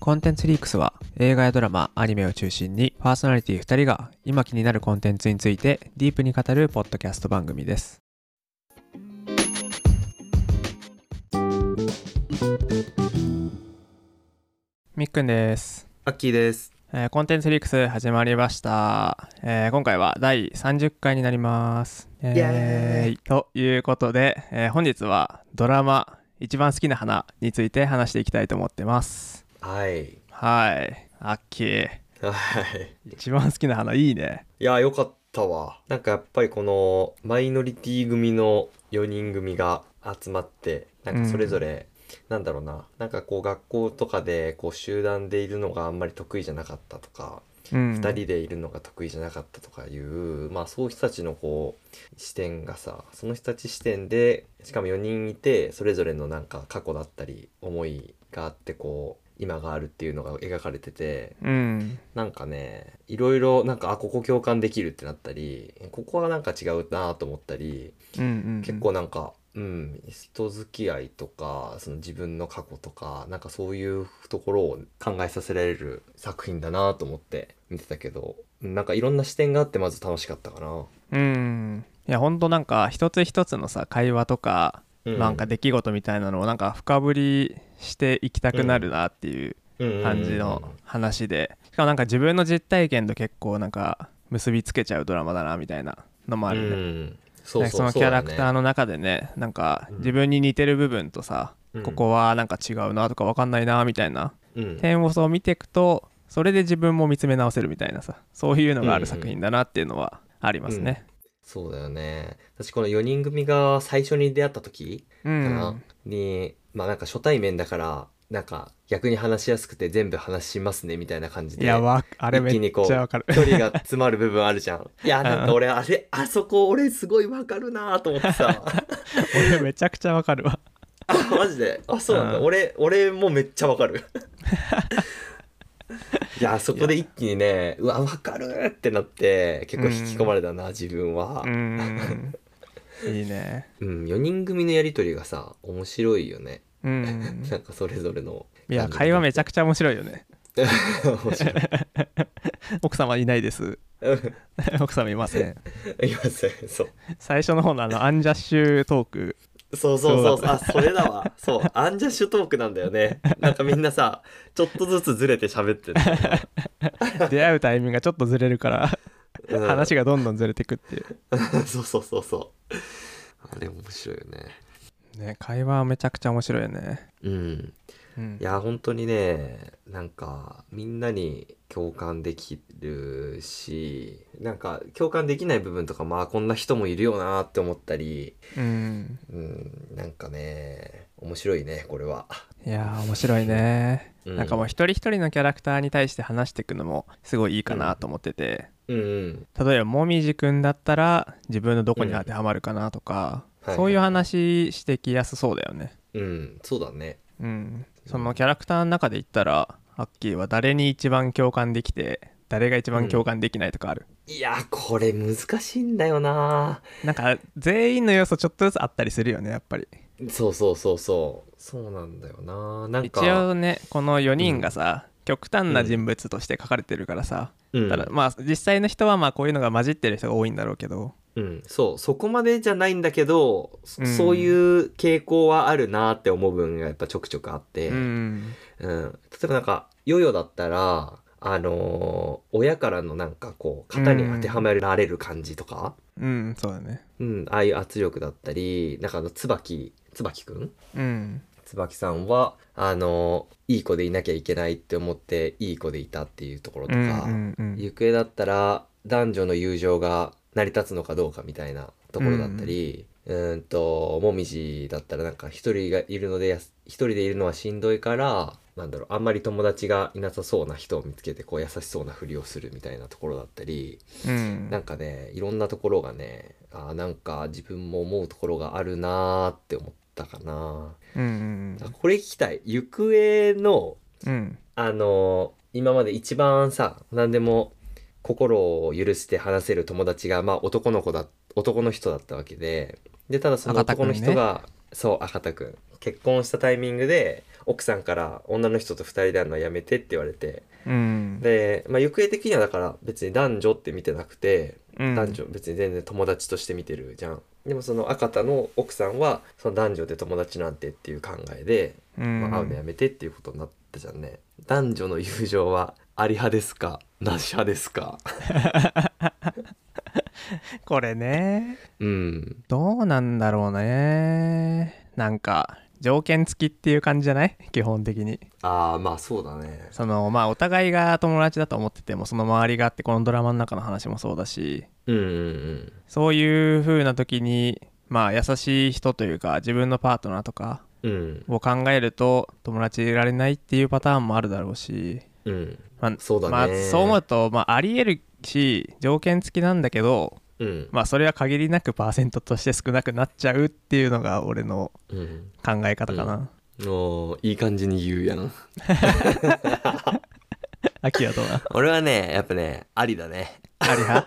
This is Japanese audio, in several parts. コンテンツリークスは映画やドラマ、アニメを中心にパーソナリティ2人が今気になるコンテンツについてディープに語るポッドキャスト番組です。みっくんです。アッキーです。えーコンテンツリークス始まりました、えー今回は第30回になりますイイエーイということで、えー本日はドラマ「一番好きな花」について話していきたいと思ってますはい。はいアッキーはい。一番好きな花いいねいや、よかったわ。なんかやっぱりこのマイノリティ組の4人組が集まって、なんかそれぞれ、なんだろうな、なんかこう学校とかでこう集団でいるのがあんまり得意じゃなかったとか、うん2人でいるのが得意じゃなかったとかいう、まあそういう人たちのこう視点がさ、その人たち視点で、しかも4人いて、それぞれのなんか過去だったり、思いがあってこう、今があるっていうのが描かれてて、うんなんかね、いろいろなんか、あ、ここ共感できるってなったり、ここはなんか違うなと思ったり、うんうん結構なんか、うん、人付き合いとか、その自分の過去とか、なんかそういうところを考えさせられる作品だなと思って見てたけど、うんなんかいろんな視点があってまず楽しかったかうな。んいやほんとなんか一つ一つのさ会話とか、うなんか出来事みたいなのをなんか深掘りしていきたくなるなっていう感じの話でしかもなんか自分の実体験と結構なんか結びつけちゃうドラマだなみたいなのもああるるね、ね。そうなんかそうのキャラクターの中でねなんかうん自分に似てる部分とさ、のここはなんか違うなとか分かんないなみたいなうん点をそう見ていくとそれで自分も見つめ直せるみたいなさそういうのがある作品だなっていうのはありますね。そうだよね。私この4人組が最初に出会った時、うん、かな、にまあなんか初対面だからなんか逆に話しやすくて全部話しますねみたいな感じいでやわあれめ一気にっこうちゃわかる。 距離が詰まる部分あるじゃんいやなんか俺あれあそこ俺すごいわかるなと思っ てさ俺めちゃくちゃわかるわ。あマジであそうなんだうん俺俺もめっちゃわ かるいやそこで一気にねうわわかるってなって結構引き込まれたな、自分はう、んいいね。うん、4人組のやりとりがさ面白いよね うんなんかそれぞれのいや会話めちゃくくちゃ面白いよねち ゃ面白い奥様いないです うん奥様いませんいますねそう最初の方のあのアンジャッシュトークそうそうそそううそうあそれだわそうアンジャッシュトークなんだよね なんかみんなさちょっとずつずれて喋ってる、出会うタイミングがちょっとずれるから、うん話がどんどんずれてくっていう、 そうそうそうそうあれ面白いよねね、会話はめちゃくちゃ面白いよね、うんうんい、や本当にねなんかみんなに共感できるしなんか共感できない部分とかまあこんな人もいるよなって思ったりうん、うんなんかね面白いねこれは、いやー面白いね、うなんかもう一人一人のキャラクターに対して話していくのもすごいいいかなと思ってて、うんうん例えばもみじくんだったら自分のどこに当てはまるかなとか、うんそういう話してきやすそうだよねうんそうだねうん、そのキャラクターの中で言ったらアッキーは誰に一番共感できて誰が一番共感できないとかある、いやこれ難しいんだよななんか全員の要素ちょっとずつあったりするよねやっぱりそうそうそうそうそうなんだよななん一か応ねこの4人がさ、極端な人物として書かれてるからさ、うんただまあ実際の人はまあこういうのが混じってる人が多いんだろうけどうん、そうそこまでじゃないんだけど、そうんそういう傾向はあるなって思う部分がやっぱちょくちょくあって、うんうん例えばなんかヨヨだったらあのー親からのなんかこう型に当てはめられる感じとか、うんそうだねうんああいう圧力だったりなんかあの椿椿くんうん椿さんはあのいい子でいなきゃいけないって思っていい子でいたっていうところとうか、んうんうん行方だったら男女の友情が成り立つのかどうかみたいなところだったり、うーんともみじだったらなんか一人がいるのでやす一人でいるのはしんどいからなんだろうあんまり友達がいなさそうな人を見つけてこう優しそうなふりをするみたいなところだったり、うんなんかねいろんなところがねあーなんか自分も思うところがあるなーって思ったかな。うんあこれ聞きたい行方のうんあの今まで一番さ何でも心を許して話せる友達が、まあ、男の子だ男の人だったわけででただその赤田男君ねの人が、そう赤田君結婚したタイミングで奥さんから女の人と2人であるのはやめてって言われてうんで、まあ、行方的にはだから別に男女って見てなくてうん男女別に全然友達として見てるじゃん。でもその赤田の奥さんはその男女で友達なんてっていう考えで、うんまあ、会うのやめてっていうことになったじゃんね。男女の友情はあり派ですかなし派ですかこれねうん。どうなんだろうねなんか条件付きっていう感じじゃない基本的にああまあそうだね。そのまあお互いが友達だと思っててもその周りがあってこのドラマの中の話もそうだしうんうんうん。そういう風な時にまあ優しい人というか自分のパートナーとかうんを考えると友達いられないっていうパターンもあるだろうし、うんまあ、そうだねまあ、そう思うと、まあ、ありえるし条件付きなんだけど、うんまあ、それは限りなくパーセントとして少なくなっちゃうっていうのが俺のうん考え方かな、おーいい感じに言うやん秋はどう だ俺はねやっぱねありだねあり派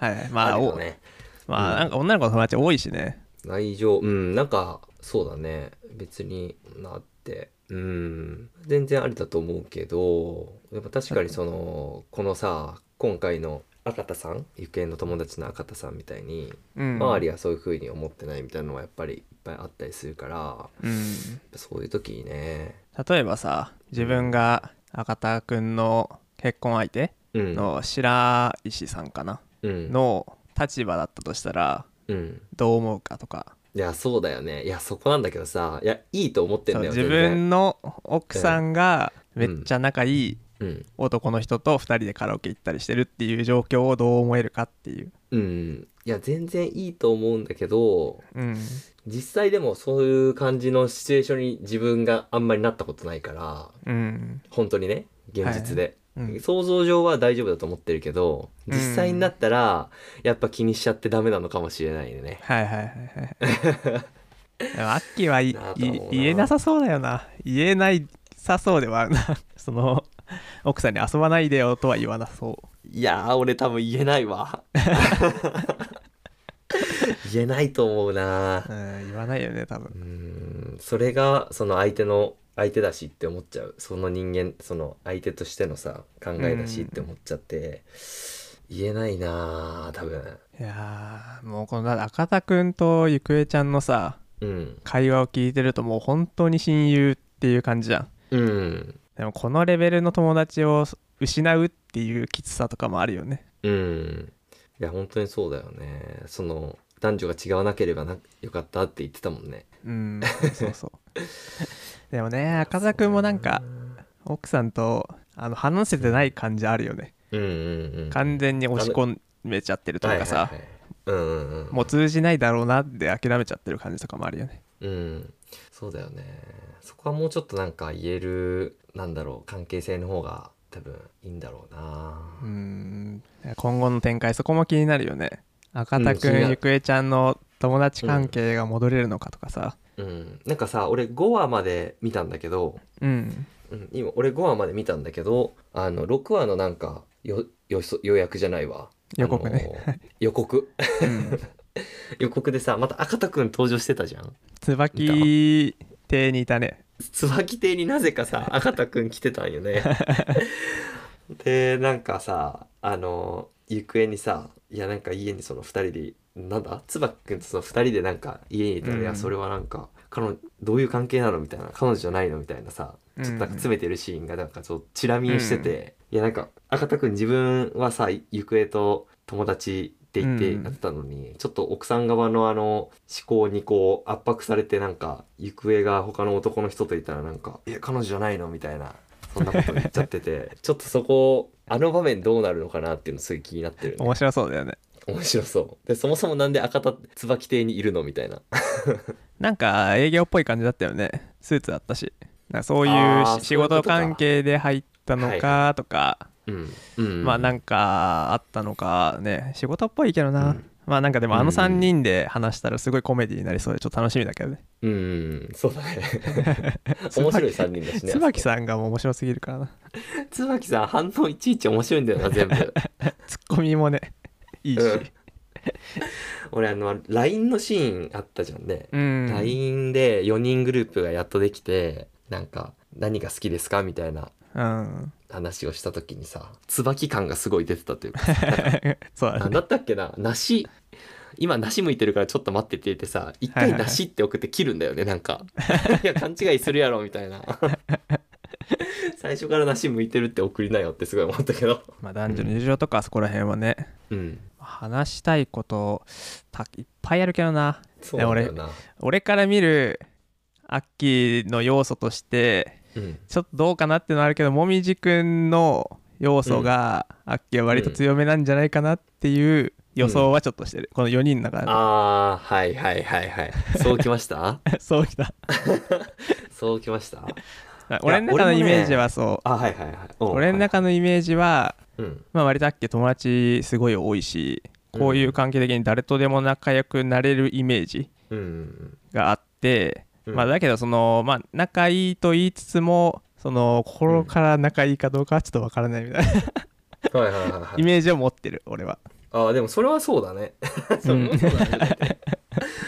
はいまあ、りおだねまうんあなんか女の子の友達多いしね内情うんなんかそうだね別になってうん全然ありだと思うけどやっぱ確かにそのこのさ今回の赤田さん行方の友達の赤田さんみたいにうん周りはそういう風に思ってないみたいなのはやっぱりいっぱいあったりするからうんそういう時にね例えばさ自分が赤田君の結婚相手うんの白石さんかな、うんの立場だったとしたらうんどう思うかとかいやそうだよねいやそこなんだけどさいやいいと思ってんそうだよ自全然分の奥さんがめうんっちゃ仲いいうん男の人と2人でカラオケ行ったりしてるっていう状況をどう思えるかっていう、うんいや全然いいと思うんだけどうん、実際でもそういう感じのシチュエーションに自分があんまりなったことないからうん本当にね現実で、はいうん想像上は大丈夫だと思ってるけどうん実際になったらやっぱ気にしちゃってダメなのかもしれないね、はいはいはいはいでもアッキーはいなあと思ういな言えなさそうだよな言えないさそうではあるな その奥さんに遊ばないでよとは言わなそいやー俺多分言えないわ 言えないと思うなう、うん、言わないよね多分うーんそれがその相手の相手だしって思っちゃうその人間その相手としてのさ考えだしって思っちゃって、言えないなあ多分いやーもうこの赤田君とゆくえちゃんのさうん会話を聞いてるともう本当に親友っていう感じじゃんうんでもこのレベルの友達を失うっていうきつさとかもあるよねうんいや本当にそうだよねその男女が違わなければなよかったって言ってたもんねうんそうそうでもね赤田君もなんか奥さんとあの話せてない感じあるよねうんうんうん完全に押し込めちゃってるというかさはいはいはいうんうんうんもう通じないだろうなって諦めちゃってる感じとかもあるよねうん、そうだよね。そこはもうちょっとなんか言える、なんだろう、関係性の方が多分いいんだろうな。うん今後の展開そこも気になるよね赤田うん気に君、なるゆくえちゃんの友達関係が戻れるのかとかさうん、なんかさ、俺5話まで見たんだけど、うんうん、今俺5話まで見たんだけど、あの6話のなんかよよそ予約じゃないわ。予告ねあのー。予う告ん予告でさ、また赤田くん登場してたじゃん。椿邸にいたね椿亭になぜか さ赤田くん来てたんよねでなんかさあの行方にさいやなんか家にその2人でなんだ椿くんとその2人でなんか家にいたら、うんいやそれはなんか彼女どういう関係なのみたいな彼女じゃないのみたいなさちょっとなんか詰めてるシーンがなんかちょっとチラ見してて、いやなんか赤田くん自分はさ行方と友達って言ってうんなってたのに、ちょっと奥さん側のあの思考にこう圧迫されてなんか行方が他の男の人といたらなんか「え彼女じゃないの?」みたいなそんなこと言っちゃってて ちょっとそこあの場面どうなるのかなっていうのすごい気になってる、ね、面白そうだよね面白そうでそもそもなんで赤田椿亭にいるのみたいななんか営業っぽい感じだったよねスーツだったしなんかそういうあーしそ仕ういうこと事か関係で入ったのかとかうん、うん、まあなんんかあったのかね仕事っぽいけどな、うんまあなんかでもあうんのうん3人で話したらすごいコメディになりそうでちょっと楽しみだけどねうんそうだね 面白い3人だしね椿さんがもう面白すぎるから な 椿さん反応いちいち面白いんだよな全部ツッコミもねいいし、うん俺あの LINE のシーンあったじゃんね、うん LINE で4人グループがやっとできてなんか何が好きですかみたいなうん、 話をした時にさ椿感がすごい出てたという かさそうだなんねだったっけな梨今梨向いてるからちょっと待ってって言ってさ一回梨って送って切るんだよねなんかいや勘違いするやろみた いな最初から梨向いてるって送りなよってすごい思ったけどまあ男女の友情とかそこら辺はねうん話したいことたいっぱいあるけどなそうなんだよな俺から見るアッキーの要素としてうんちょっとどうかなっていうのはあるけどもみじくんの要素が、アッキーは割と強めなんじゃないかなっていう予想はちょっとしてる、この4人の中であーはいはいはいはいそうきました そうきたそうきました俺の中の俺イもねメージはそうあはいはいはいうん俺の中のイメージは、うんまあ、割とアッキー友達すごい多いしこういう関係的に誰とでも仲良くなれるイメージうんうんがあって、うんまあ、だけどその、まあ、仲いいと言いつつもその心から仲いいかどうかはちょっとわからないみたいな、うんはいはいはいはイいメージを持ってる俺はあーでもそれはそうだねそれはそうだねだって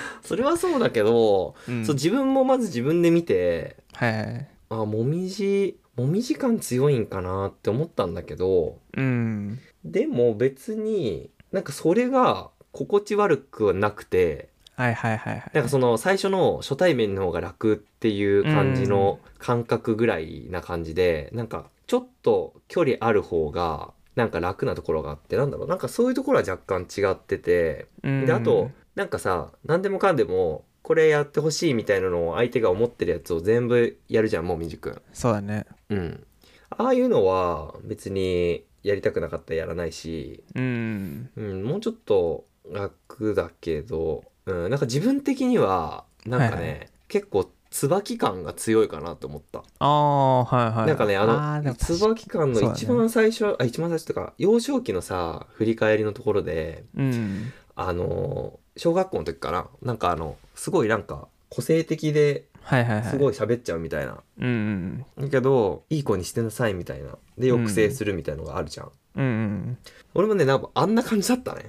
それはそうだけどうんそう自分もまず自分で見てはいはいあもみじもみじ感強いんかなって思ったんだけどうんでも別になんかそれが心地悪くはなくてはいはいはいはいなんかその最初の初対面の方が楽っていう感じの感覚ぐらいな感じで、なんかちょっと距離ある方がなんか楽なところがあってなんだろうなんかそういうところは若干違っててうんであとなんかさ何でもかんでもこれやってほしいみたいなのを相手が思ってるやつを全部やるじゃんもみじくん。そうだねうん、ああいうのは別にやりたくなかったらやらないし、うんうん、もうちょっと楽だけど、うん、なんか自分的にはなんかね、はいは結構椿感が強いかなと思った、ああはいはいなんかねあのーでも確かに椿感の一番最初、あ一番最初とか幼少期のさ振り返りのところでうんあの小学校の時かななんかあのすごいなんか個性的ではいはいはいすごい喋っちゃうみたいな、うんうんだけどいい子にしてなさいみたいなでうん抑制するみたいのがあるじゃんうんうん俺もねなんかあんな感じだったね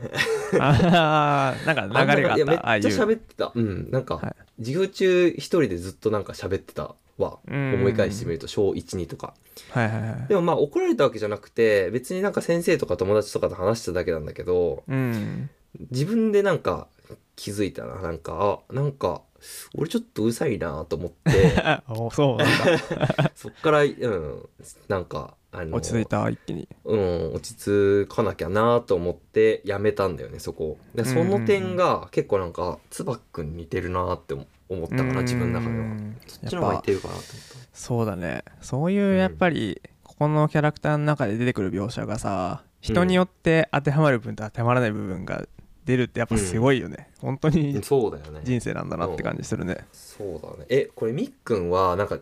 あーなんか流れがあいやっめったああいちゃう喋ってたうんなんか、はい授業中一人でずっとなんか喋ってたわうん思い返してみると小12とかはいはいはいでもまあ怒られたわけじゃなくて別になんか先生とか友達とかと話してただけなんだけどうん自分でなんか気づいたななんかあなんか俺ちょっとうるさいなと思って あおそうなんだそっからうんなんかあの落ち着いた一気にうん、落ち着かなきゃなと思ってやめたんだよねそこでその点が結構なんかつばっくんに似てるなって思思ったから自分の中ではそっちのや方が似っぱてるかなと思っそうだねそういうやっぱり、ここのキャラクターの中で出てくる描写がさ人によって当てはまる部分と当てはまらない部分が出るってやっぱすごいよね、本当たうんにそうだよね人生なんだなって感じするね、そうだねえこれみっくんはなんか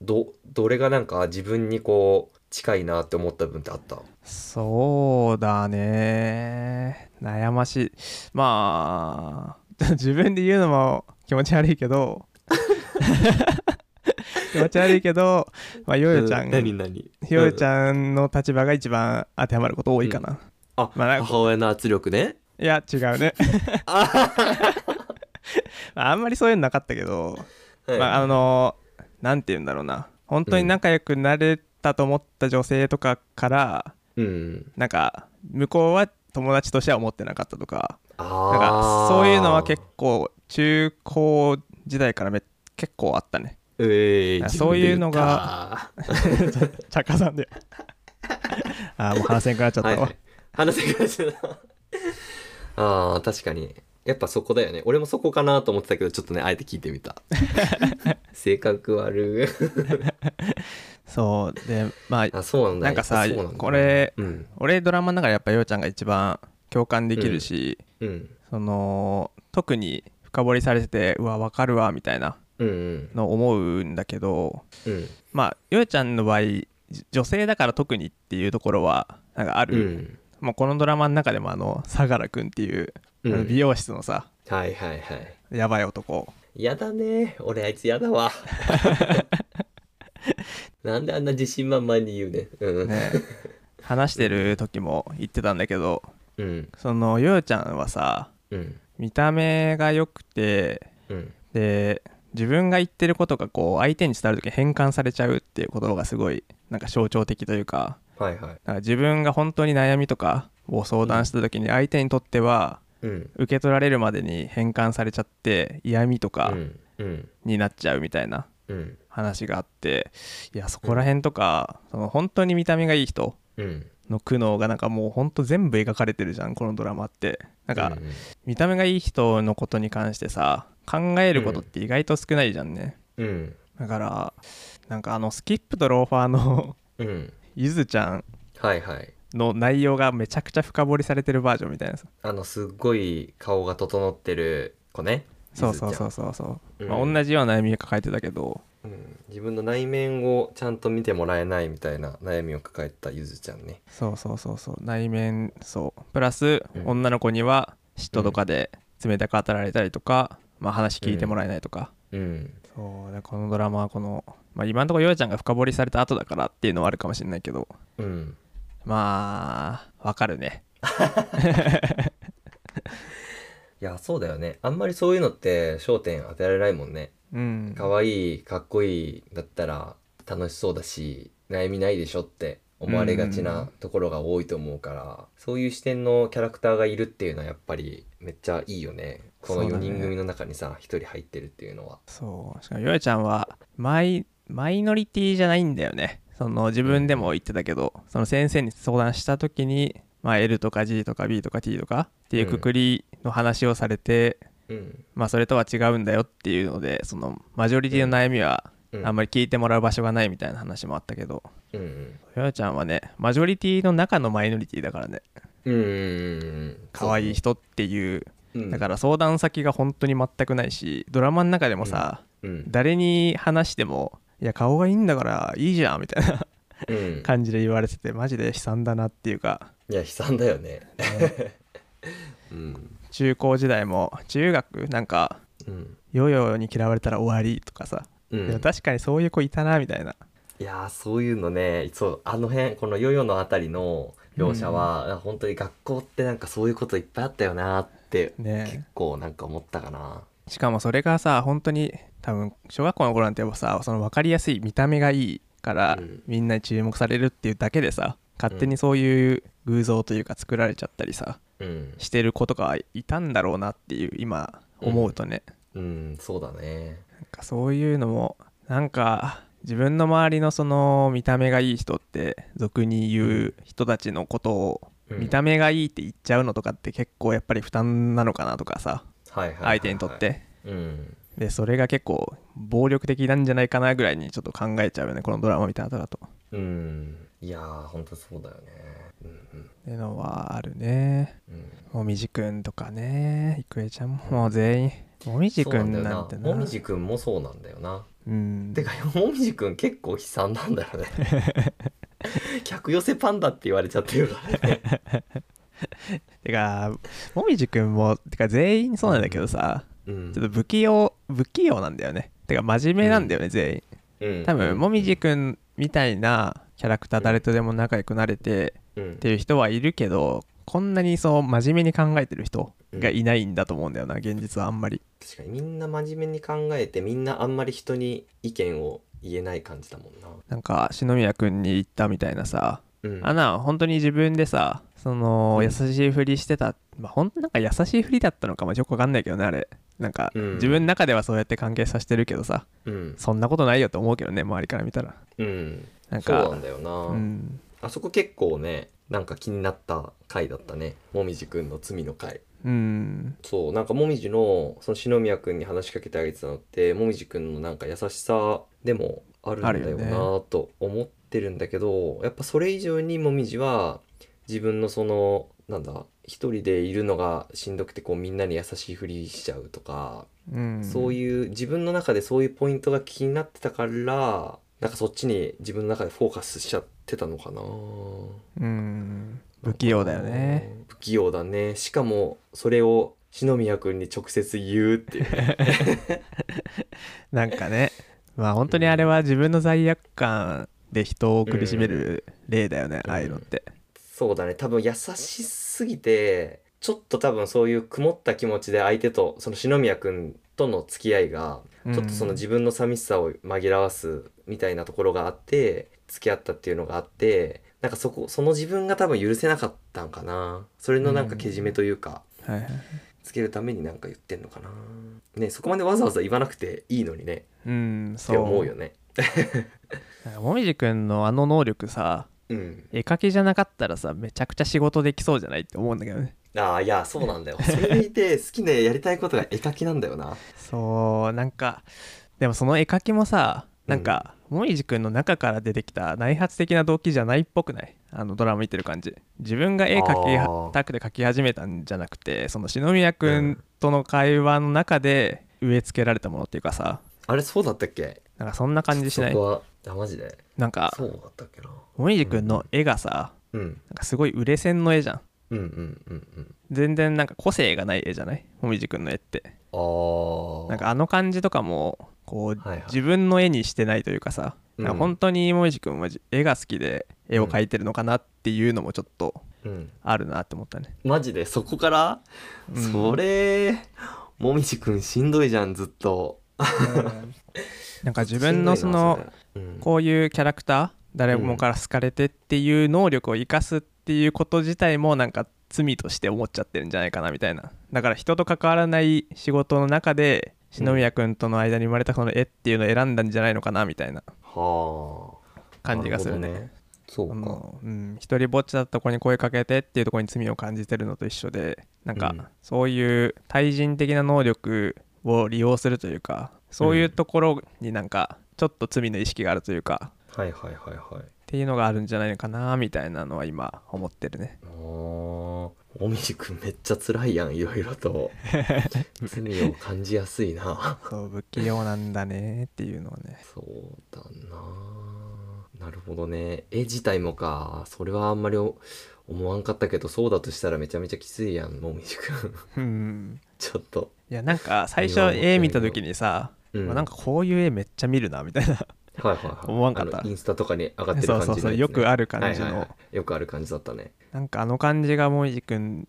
どどれがなんか自分にこう近いなって思った部分ってあったそうだね悩ましいまあ 自分で言うのも気持ち悪いけど気持ち悪いけど、まあ、ヨヨちゃん何何ヨヨちんゃんの立場が一番当てはまること多いかな、あ、まあなんか母親の圧力ねいや違う ねあんまりそういうのなかったけど、はいまあ、あのなんて言うんだろうな本当に仲良くなれたと思った女性とかから、うんなんか向こうは友達としては思ってなかったとかあなんかあそういうのは結構中高時代からめ結構あった ねええなんかそういうのが茶化 さんであーもう話せんくなっちゃったはわ、いはい、話せくらいじゃない あー確かにやっぱそこだよね俺もそこかなと思ってたけどちょっとねあえて聞いて みた性格悪いそうでまああそうなんだなんかさやっぱそうなんだこれうん俺ドラマの中でやっぱようちゃんが一番共感できるし、うんその特に深掘りされててうわ分かるわみたいなうんうんの思うんだけどうんまあようちゃんの場合じ女性だから特にっていうところはなんかあうる、んまあ、このドラマの中でもあの相良君っていう、うんあの美容室のさはいはいはいやばい男やだね俺あいつや だわなん であんな自信満々に言うねうんね話してる時も言ってたんだけどうんそのゆうちゃんはさうん見た目が良くてうんで自分が言ってることがこう相手に伝わる時に変換されちゃうっていう言葉がすごいなんか象徴的というかはいはいなんか自分が本当に悩みとかを相談した時に相手にとってはうん受け取られるまでに変換されちゃって嫌味とかうんうんになっちゃうみたいなうん話があっていやそこら辺とかその本当に見た目がいい人うんの苦悩がなんかもう本当全部描かれてるじゃんこのドラマってなんかうん見た目がいい人のことに関してさ考えることって意外と少ないじゃんね、うんだからなんかあのスキップとローファーの うんゆずちゃんはいはいの内容がめちゃくちゃ深掘りされてるバージョンみたいなさあのすっごい顔が整ってる子ねそうそうそううそうそう、うんまあ、同じような悩み抱えてたけどうん、自分の内面をちゃんと見てもらえないみたいな悩みを抱えたゆずちゃんねそうそうそうそう内面そうプラス、うん女の子には嫉妬とかで冷たく当たられたりとか、まあ、話聞いてもらえないとか、うんそうでこのドラマはこの、まあ、今のところようちゃんが深掘りされた後だからっていうのはあるかもしれないけどうんまあわかるねいやそうだよねあんまりそういうのって焦点当てられないもんねうん可愛いかっこいいだったら楽しそうだし悩みないでしょって思われがちなところが多いと思うから、そういう視点のキャラクターがいるっていうのはやっぱりめっちゃいいよねこのそう4だね人組の中にさ、1人入ってるっていうのはそうしかもよえちゃんはマイマイノリティじゃないんだよねその自分でも言ってたけど、その先生に相談した時に、まあ、L とか G とか B とか T とかっていうくくりの話をされて、うんまあ、それとは違うんだよっていうのでそのマジョリティの悩みはうんあんまり聞いてもらう場所がないみたいな話もあったけど、うんうんよえちゃんはねマジョリティの中のマイノリティだからねうんうんうん可愛い人っていううんだから相談先が本当に全くないしドラマの中でもさ、うん誰に話しても「いや顔がいいんだからいいじゃん」みたいなうん感じで言われててマジで悲惨だなっていうかいや悲惨だよねうん中高時代も中学なんかうんヨーヨーに嫌われたら終わりとかさ、うんでも確かにそういう子いたなみたいないやーそういうのねそうあの辺このヨヨのあたりの描写は、なんか本当に学校ってなんかそういうこといっぱいあったよなーって、ねえ結構なんか思ったかなしかもそれがさ本当に多分小学校の頃なんてやっぱさその分かりやすい見た目がいいから、うんみんなに注目されるっていうだけでさ勝手にそういう偶像というか作られちゃったりさうん、してる子とかはいたんだろうなっていう今思うとね、うん、そうだねなんかそういうのもなんか自分の周りのその見た目がいい人って俗に言う人たちのことをうん見た目がいいって言っちゃうのとかって結構やっぱり負担なのかなとかさはいはいはいはい相手にとってうんでそれが結構暴力的なんじゃないかなぐらいにちょっと考えちゃうよねこのドラマ見た後だと。うんいやー本当そうだよねうんってのはあるね。うんうんもみじくんとかね郁恵ちゃんももう全員もみじくんそうなんてだなよもみじくんもそうなんだよなうんてかもみじくん結構悲惨なんだよ ね客寄せパンダって言われちゃってるからねてかもみじくんもてか全員そうなんだけどさ、うんちょっと不器用不器用なんだよねてか真面目なんだよね、全員うん多分もみじくんみたいなキャラクター誰とでも仲良くなれてうんっていう人はいるけどこんなにそう真面目に考えてる人がいないんだと思うんだよな現実はあんまり確かにみんな真面目に考えてみんなあんまり人に意見を言えない感じだもんな、なんか篠宮くんに言ったみたいなさうん、アナは本当に自分でさそのうん優しいふりしてたまあ本当なんか優しいふりだったのかもよくわかんないけどねあれなんかうん自分の中ではそうやって関係させてるけどさうん、そんなことないよと思うけどね周りから見たらうん、なんそうかなんだよな、うんあそこ結構ねなんか気になった回だったねもみじくんの罪の回うんそうなんかもみじのその篠宮くんに話しかけてあげてたのってもみじくんのなんか優しさでもあるんだあるよよなねと思ってるんだけど、やっぱそれ以上にもみじは自分のそのなんだ一人でいるのがしんどくてこうみんなに優しいふりしちゃうとかうんそういう自分の中でそういうポイントが気になってたからなんかそっちに自分の中でフォーカスしちゃってたのかなうん不器用だよね不器用だねしかもそれを篠宮君に直接言うっ ていうねなんかねまあ本当にあれは自分の罪悪感で人を苦しめる例だよね、うんああいうのってそうだね多分優しすすぎてちょっと多分そういう曇った気持ちで相手とその篠宮君との付き合いがうんちょっとその自分の寂しさを紛らわすみたいなところがあって付き合ったっていうのがあってなんかそこその自分が多分許せなかったんかなそれのなんかけじめというか、はいはいつけるためになんか言ってんのかなねそこまでわざわざ言わなくていいのにねうんっそてう思うよねなんかもみじくんのあの能力さうん絵描きじゃなかったらさめちゃくちゃ仕事できそうじゃないって思うんだけどねああいやそうなんだよそれでいて好きねやりたいことが絵描きなんだよなそうなんかでもその絵描きもさなんか、もみじくんの中から出てきた内発的な動機じゃないっぽくないあのドラマ見てる感じ自分が絵描きあはーたくて描き始めたんじゃなくてその篠宮くんとの会話の中で植え付けられたものっていうかさ あれそうだったっけなんかそんな感じしないそこはあマジでなんかそうだったっけなもみじくんの絵がさうんなんかすごい売れ線の絵じゃんうんうんうんうん全然なんか個性がない絵じゃないもみじくんの絵ってあーなんかあの感じとかもこう、はいはい自分の絵にしてないというかさ、うんなんか本当にもみじくんはじ絵が好きで絵を描いてるのかなっていうのもちょっとうんあるなって思ったね、マジでそこから、うんそれもみじくんしんどいじゃんずっと なんか自分のそのこういうキャラクター誰もから好かれてっていう能力を生かすっていうこと自体もなんか罪として思っちゃってるんじゃないかなみたいなだから人と関わらない仕事の中で篠宮君との間に生まれたこの絵っていうのを選んだんじゃないのかなみたいなはあ感じがするねそうそかのうん、一人ぼっちだった子に声かけてっていうところに罪を感じてるのと一緒でなんか、うんそういう対人的な能力を利用するというかそういうところになんかちょっと罪の意識があるというかはいはいはいはいっていうのがあるんじゃないのかなみたいなのは今思ってるねあーもみじくんめっちゃ辛いやんいろいろ と罪を感じやすいなそう不器用なんだねっていうのはねそうだななるほどね絵自体もかそれはあんまりお思わんかったけどそうだとしたらめちゃめちゃきついやんもみじくん うんちょっと、いやなんか最今初思った絵見た時にさ、うんまあなんかこういう絵めっちゃ見るなみたいなはいはいはい思わんかったあのインスタとかに上がってるそ感うじ のそうそうやつねよくある感じのはいはいはいよくある感じだったねなんかあの感じがもみじくん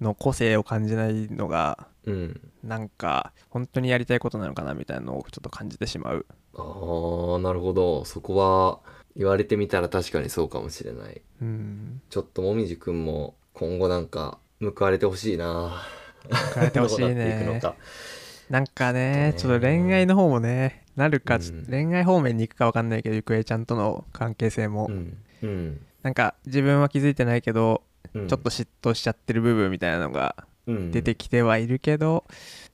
の個性を感じないのがうんなんか本当にやりたいことなのかなみたいなのをちょっと感じてしまうあーなるほどそこは言われてみたら確かにそうかもしれないうんちょっともみじくんも今後なんか報われてほしいな変えてほしいどうなっていくのねかなんかねねちょっと恋愛の方もねなるか、うんちょっと恋愛方面に行くか分かんないけどゆくえちゃんとの関係性も、うんうんなんか自分は気づいてないけど、うんちょっと嫉妬しちゃってる部分みたいなのが出てきてはいるけど、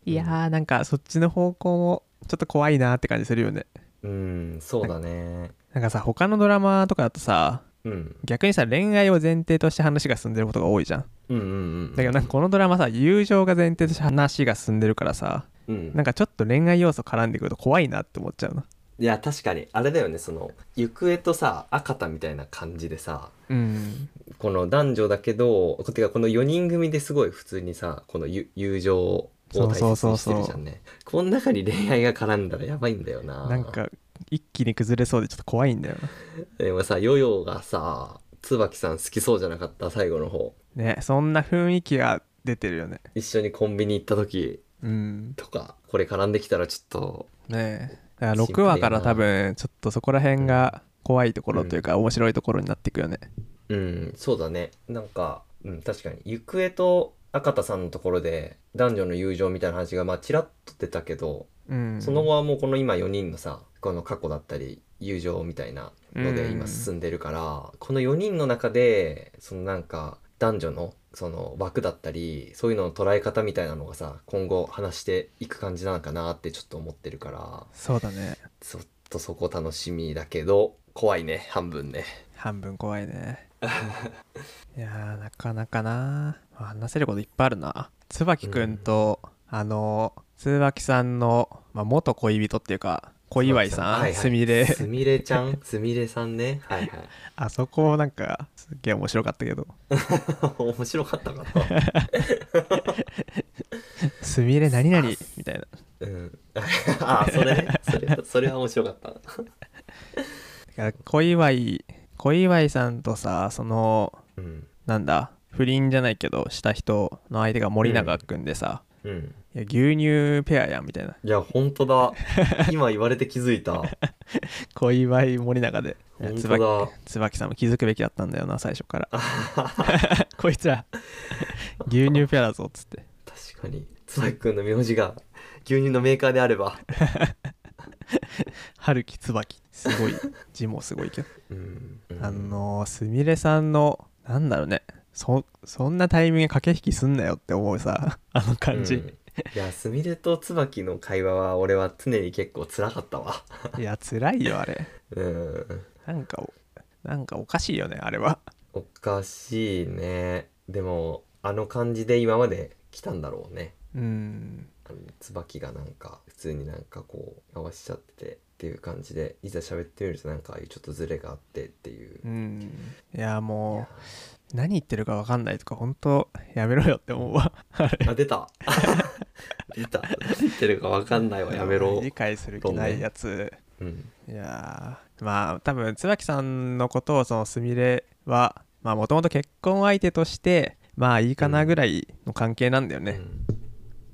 うんいやーなんかそっちの方向もちょっと怖いなって感じするよねうん、うん、そうだねなんかさ他のドラマとかだとさうん逆にさ恋愛を前提として話が進んでることが多いじゃんだうんうんけどなんかこのドラマさ友情が前提として話が進んでるからさうんうんなんかちょっと恋愛要素絡んでくると怖いなって思っちゃうないや確かにあれだよねその行方とさ赤田みたいな感じでさうんこの男女だけどこてかこの4人組ですごい普通にさこのゆ友情を大切にしてるじゃんねこの中に恋愛が絡んだらやばいんだよななんか一気に崩れそうでちょっと怖いんだよでもさヨヨがさ椿さん好きそうじゃなかった最後の方なねそんな雰囲気が出てるよね一緒にコンビニ行った時うんとかこれ絡んできたらちょっとねえだから6話から多分ちょっとそこら辺が怖いところというか面白いところになっていくよねうんそうだねなんか、うん、確かに行方と赤田さんのところで男女の友情みたいな話がまあちらっと出たけど、うんその後はもうこの今4人のさこの過去だったり友情みたいなのでうん今進んでるから、この4人の中でそのなんか男女のその枠だったりそういうのの捉え方みたいなのがさ今後話していく感じなのかなってちょっと思ってるからそうだねちょっとそこ楽しみだけど怖いね半分ね。半分怖いね いやーなかなかなあ話せることいっぱいあるな椿くんと、あの椿さんの、まあ、元恋人っていうか小岩井さん、はいはいすみれすみれちゃん、すみれさんね。はいはい。 あそこなんかすっげえ面白かったけど 面白かったかすみれ何々みたいなな。うん。 あ、それね。それ、それは面白かった。だから小岩井小岩井さんとさそのうん。なんだ不倫じゃないけどした人の相手が森永君でさ、うんいや牛乳ペアやんみたいないや本当だ今言われて気づいた小祝い森永でいや本椿当だ椿さんも気づくべきだったんだよな最初から こいつら牛乳ペアだぞっつって確かに椿君の名字が牛乳のメーカーであれば春樹椿すごい字もすごいけどうん、あのーすみれさんのなんだろうねそそんなタイミングで駆け引きすんなよって思う さあの感じ、うんいやすみれと椿の会話は俺は常に結構辛かったわいや辛いよあれうんなんかおなんかおかしいよねあれはおかしいねでもあの感じで今まで来たんだろうねうんあの椿がなんか普通になんかこう合わしちゃっててっていう感じでいざ喋ってみるとなんかああいうちょっとズレがあってっ ていううんいやもう何言ってるか分かんないとか本当やめろよって思うわあ 出た出た何言ってるか分かんないわやめろ 理解する気ないやつうんいやーまあ多分椿さんのことをそのすみれはまあもともと結婚相手としてまあいいかなぐらいの関係なんだよね、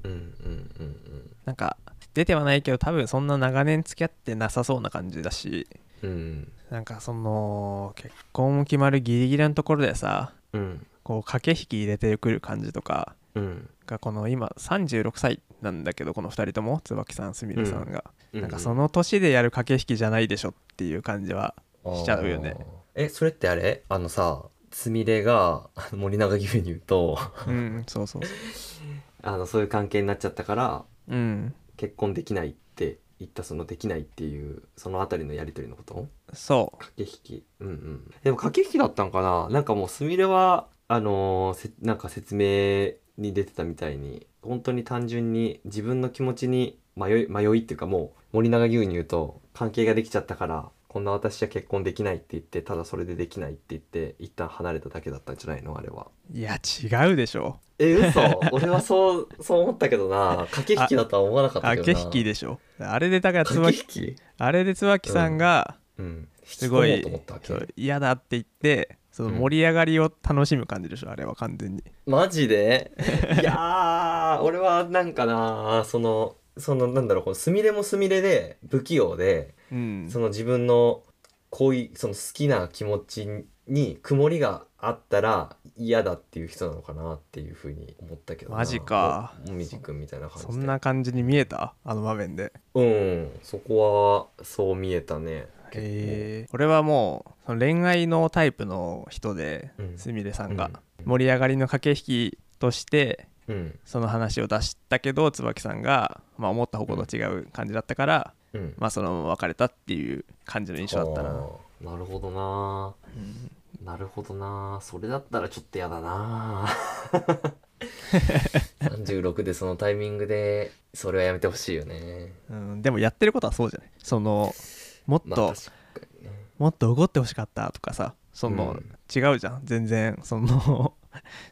うんうんうんうんなんか出てはないけど多分そんな長年付き合ってなさそうな感じだしうんなんかその結婚決まるギリギリのところでさうんこう駆け引き入れてくる感じとかうんがこの今36歳なんだけどこの2人とも椿さんすみれさんが、うんなんかその年でやる駆け引きじゃないでしょっていう感じはしちゃうよねあーえそれってあれあのさつみれがあの森永牛乳とうんそうそうそあのそういう関係になっちゃったからううん結婚できないって言ったそのできないっていうそのあたりのやり取りのことそう駆け引きうんうんでも駆け引きだったんかななんかもうすみれはあのーせなんか説明に出てたみたいに本当に単純に自分の気持ちに迷い迷いっていうかもう森永牛乳と関係ができちゃったからこんな私は結婚できないって言ってただそれでできないって言って一旦離れただけだったんじゃないのあれはいや違うでしょえ嘘 俺はそうそう思ったけどな駆け引きだとは思わなかったけど駆なけ引きでしょあれでだから駆け椿引きあれで椿さんがうんすご引いき込もうと思ったそわけう嫌だって言ってその盛り上がりを楽しむ感じでしょあれは完全にマ ジでいやー俺はなんかなそのそのなんだろうこのすみれもすみれで不器用でうんその自分のこういうその好きな気持ちに曇りがあったら嫌だっていう人なのかなっていうふうに思ったけどなマジかももみじくんみたいな感じそでんな感じに見えたあの場面でうんそこはそう見えたねへえ俺はもうその恋愛のタイプの人でうんすみれさんがうん盛り上がりの駆け引きとしてうんその話を出したけど椿さんが、まあ、思った方向と違う感じだったから、うんまあ、そのまま別れたっていう感じの印象だったな、あーなるほどなうんなるほどなそれだったらちょっとやだな36でそのタイミングでそれはやめてほしいよねうんでもやってることはそうじゃないそのもっまあと、確かにねもっと怒ってほしかったとかさその、うん違うじゃん全然そ の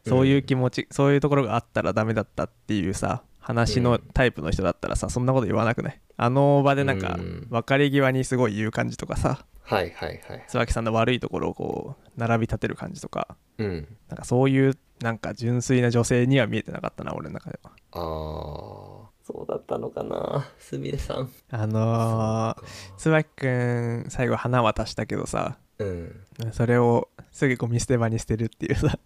そういう気持ち、そういうところがあったらダメだったっていうさ話うのんタイプの人だったらさそんなこと言わなくないあの場でなんか、うん別れ際にすごい言う感じとかさはいはいはい椿さんの悪いところをこう並び立てる感じとかうんなんかそういうなんか純粋な女性には見えてなかったな俺の中ではああそうだったのかなすみれさんあのー、椿くん最後花渡したけどさうんそれをすぐゴミ捨て場に捨てるっていう さ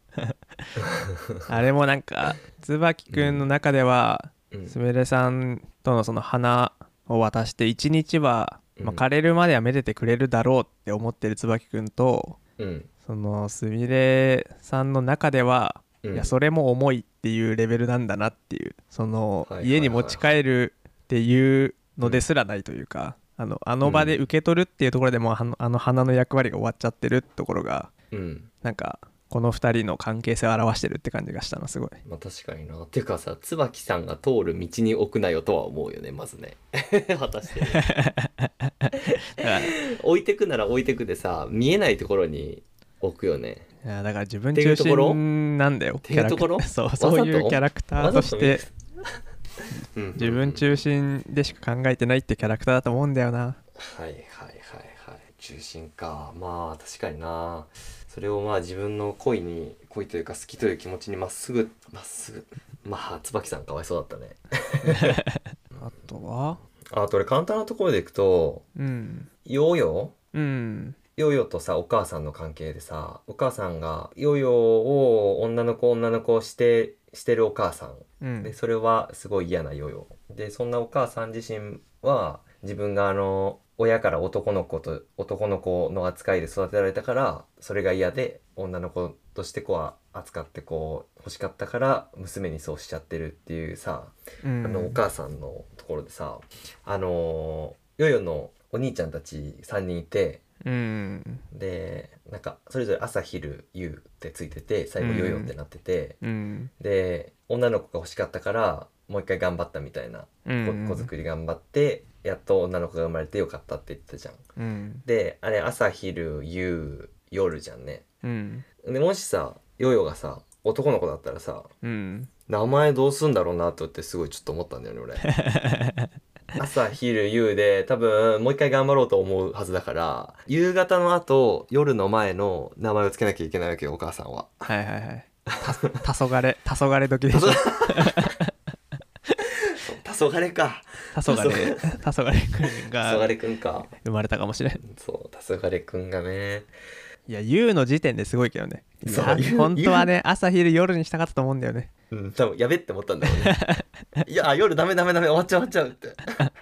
あれもなんか椿くんの中ではうんすみれさんとのその花を渡して一日は、まあ、うん枯れるまではめでてくれるだろうって思ってる椿くんとうんそのすみれさんの中では、うんいやそれも重いっていうレベルなんだなっていうその、はいはいはい家に持ち帰るっていうのですらないというか、あのあの場で受け取るっていうところでもうあのあの花の役割が終わっちゃってるところがうんなんかこの2人の関係性を表してるって感じがしたなすごいまあ確かになていうかさ椿さんが通る道に置くなよとは思うよねまずね 果たしてだからい置いてくなら置いてくでさ見えないところに置くよねやだから自分ってい中うところ心なんだよていうところキャラクター そうわざそとういうキャラクターとして自分は中心でしか考えてないってキャラクターだと思うんだよないはいはいはい中心かまあ確かになそれをまあ自分の恋に恋というか好きという気持ちにまっすぐまっすぐまあ椿さんかわいそうだったねあとはあと俺簡単なところでいくとうんヨーヨーうんヨーヨーとさお母さんの関係でさお母さんがヨーヨーを女の子女の子をしてしてるお母さんうんでそれはすごい嫌なヨーヨーでそんなお母さん自身は自分があの親から男の子と男の子の扱いで育てられたからそれが嫌で女の子としてこう扱ってこう欲しかったから娘にそうしちゃってるっていうさうんあのお母さんのところでさあのヨーヨーのお兄ちゃんたち3人いてうんでなんかそれぞれ朝昼夕ってついてて最後うんヨーヨーってなってて、うんで女の子が欲しかったからもう一回頑張ったみたいなう子ん子作り頑張ってやっと女の子が生まれてよかったって言ってたじゃん。うんであれ朝昼夕夜じゃんね。うんでもしさヨーヨーがさ男の子だったらさうん名前どうすんだろうなとってすごいちょっと思ったんだよね俺朝昼夕で多分もう一回頑張ろうと思うはずだから夕方の後夜の前の名前をつけなきゃいけないわけよお母さんははいはいは いた黄昏黄昏時です黄昏か黄昏黄昏くん黄が昏くんか生まれたかもしれんそう黄昏くんがねいや U の時点ですごいけどねいそうや You- 本当はね朝昼夜にしたかったと思うんだよねうん多分やべって思ったんだろうねいや夜ダメダメダメ終わっちゃう終わっち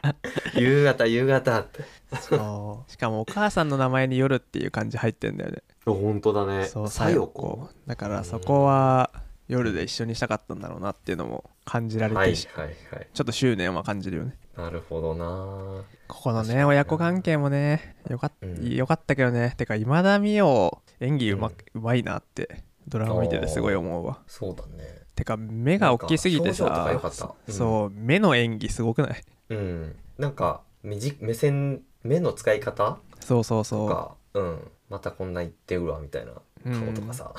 ゃうって夕方夕方ってそうしかもお母さんの名前に「夜」っていう漢字入ってんだよね本当だねそうさよこだからそこは夜で一緒にしたかったんだろうなっていうのも感じらはれいはいてはいし、ちょっと執念は感じるよねなるほどなここの確かにね親子関係もねよかっうんよかったけどねてか今田美桜演技うま,、うまいなってドラマ見ててすごい思うわそうだねてか目が大きすぎてなんかさ表情とか良かったそう目の演技すごくないうんなんか目じ目線目の使い方そうそうとそかうんまたこんな言ってるわみたいなう、うん顔とかさ、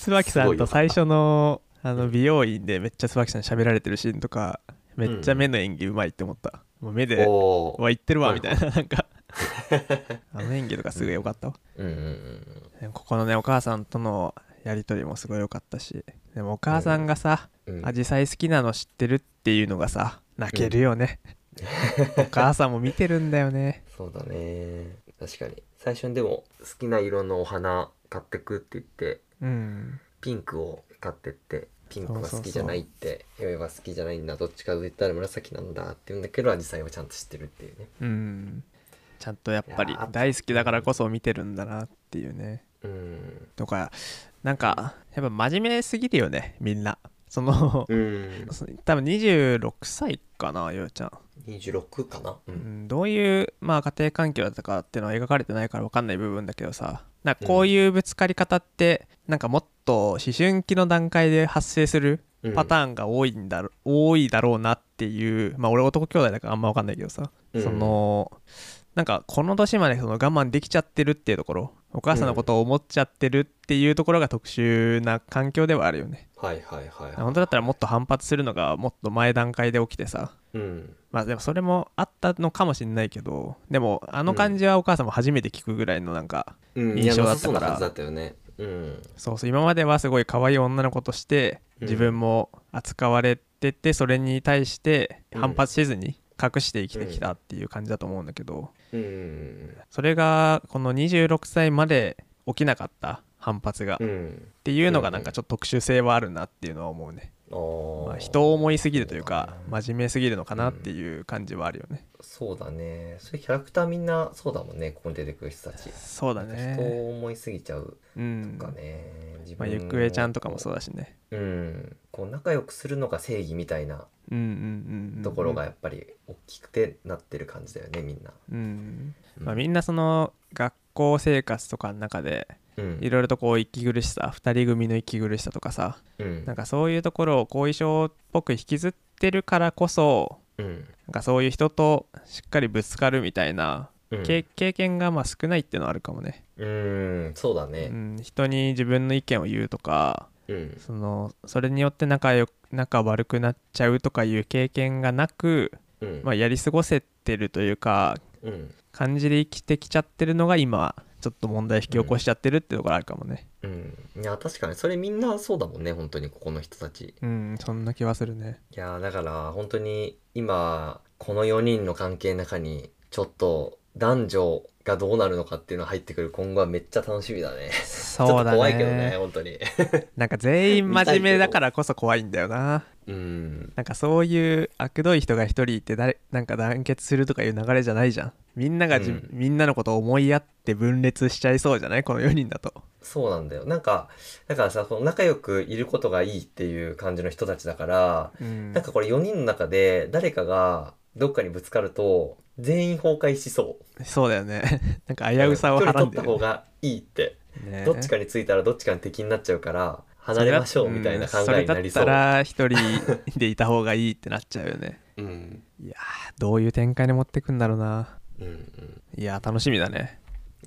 椿さんと最初のあの美容院でめっちゃ椿さん喋られてるシーンとかめっちゃ目の演技うまいって思った、もう目で「おわお言ってるわ」はみいたいななん かあの演技とかすごい良かったわうんうんうんでもここのねお母さんとのやり取りもすごい良かったしでもお母さんがさうん紫陽花好きなの知ってるっていうのがさ泣けるよね、お母さんも見てるんだよねそうだね確かに最初にでも好きな色のお花買ってくって言ってうんピンクを買ってってピンクがそうそうそう好きじゃないってヨヨは好きじゃないんだどっちかと言ったら紫なんだって言うんだけどアジサイはちゃんと知ってるっていうねうんちゃんとやっぱりいやー大好きだからこそ見てるんだなっていうねうんとかなんかやっぱ真面目すぎるよねみんなそのうんその多分26歳かなようちゃん、 26かなううんん、どういう、まあ、家庭環境だったかっていうのは描かれてないから分かんない部分だけどさなんかこういうぶつかり方ってなんかもっと思春期の段階で発生するパターンが多いんだろ多いだろうなっていうまあ俺男兄弟だからあんま分かんないけどさ、うんそのなんかこの年までその我慢できちゃってるっていうところお母さんのことを思っちゃってるっていうところが特殊な環境ではあるよね、はいはいはいはい本当だったらもっと反発するのがもっと前段階で起きてさうんまあでもそれもあったのかもしれないけどでもあの感じはお母さんも初めて聞くぐらいのなんか、うん印象だったからいやなさそうな感じだったよねうんそうそう今まではすごい可愛い女の子としてうん自分も扱われててそれに対して反発せずに隠して生きてきたっていう感じだと思うんだけどうんそれがこの26歳まで起きなかった反発がっうんていうのがなんかちょっと特殊性はあるなっていうのは思うね、あーまあ、人を思いすぎるというか真面目すぎるのかなっていう感じはあるよね、そうだねそういうキャラクターみんなそうだもんねここに出てくる人たちそうだ人ねを思いすぎちゃううんかね、自まあ、分ゆくえちゃんとかもそうだしねうんこう仲良くするのが正義みたいなうんうんうんうんところがやっぱり大きくてなってる感じだよねみんな。うん、うんまあ、みんなその学校生活とかの中でうんいろいろとこう息苦しさ二人組の息苦しさとかさうんなんかそういうところを後遺症っぽく引きずってるからこそうんなんかそういう人としっかりぶつかるみたいな、うんけ経験がまあ少ないっていうのはあるかもね、うんそうだうね。ん、人に自分の意見を言うとかうんそのそれによって仲よ仲悪くなっちゃうとかいう経験がなく、うんまあ、やり過ごせてるというかうん感じで生きてきちゃってるのが今ちょっと問題引き起こしちゃってるってところあるかもねうんいや確かにそれみんなそうだもんね本当にここの人たちうん、そんな気はするねいやーだから本当に今この4人の関係の中にちょっと男女がどうなるのかっていうのが入ってくる今後はめっちゃ楽しみだねそうちょだっねと怖いけどね本当になんか全員真面目だからこそ怖いんだよなうんなんかそういう悪どい人が一人いて誰なんか団結するとかいう流れじゃないじゃんみんながじ、うんみんなのことを思いやって分裂しちゃいそうじゃないこの4人だとそうなんだよなんかだからさその仲良くいることがいいっていう感じの人たちだからうんなんかこれ4人の中で誰かがどっかにぶつかると全員崩壊しそうそうだよね なんか危うさを距離はんで取ったる方がいいってねどっちかについたらどっちかに敵になっちゃうから離れましょうみたいな考えになりそんそれだう。ったら一人でいた方がいいってなっちゃうよ ねうんいやーどういう展開に持ってくんだろうなうんうん、いやー楽しみだね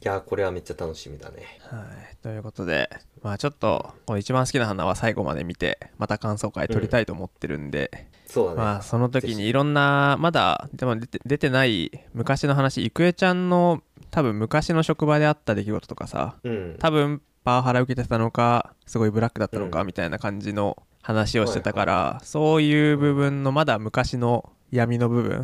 いやこれはめっちゃ楽しみだね。はいということでまあちょっとこの一番好きな花は最後まで見てまた感想会撮りたいと思ってるんで、そうだね。まあその時ぜにひいろんなまだでも出て出てない昔の話郁恵ちゃんの多分昔の職場であった出来事とかさうん、多分パワハラ受けてたのかすごいブラックだったのかうんみたいな感じの話をしてたから、そういう部分のまだ昔の闇の部分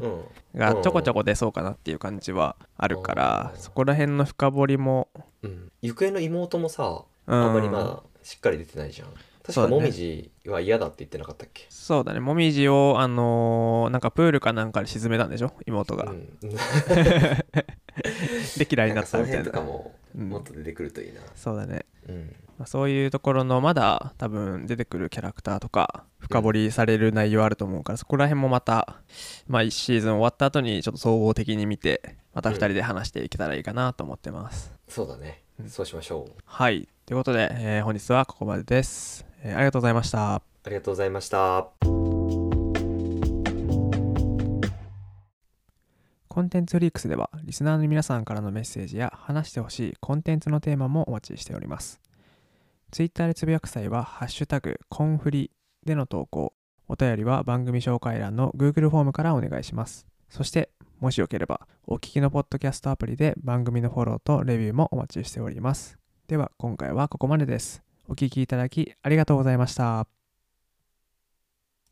うん、がちょこちょこ出そうかなっていう感じはあるから、うんそこら辺の深掘りも、うん、行方の妹もさ、うんあんまりまあしっかり出てないじゃん。確そうだかねもみじは嫌だって言ってなかったっけ？そうだねもみじをあのーなんかプールかなんかで沈めたんでしょ妹うが、ん、で嫌いにななんかっそたのみたい辺なとかもうんもっと出てくるといいな。そうだねうん、まあそういうところのまだ多分出てくるキャラクターとか深掘りされる内容あると思うから、そこら辺もまた、まあ、1シーズン終わった後にちょっと総合的に見てまた2人で話していけたらいいかなと思ってます、そうだね。そうしましょう。はいということで、えー本日はここまでです、えーありがとうございましたありがとうございました。コンテンツフリークスではリスナーの皆さんからのメッセージや話してほしいコンテンツのテーマもお待ちしております。ツイッターでつぶやく際は「ハッシュタグコンフリ」での投稿、お便りは番組紹介欄の Google フォームからお願いします。そして、もしよければお聞きのポッドキャストアプリで番組のフォローとレビューもお待ちしております。では今回はここまでです。お聞きいただきありがとうございました。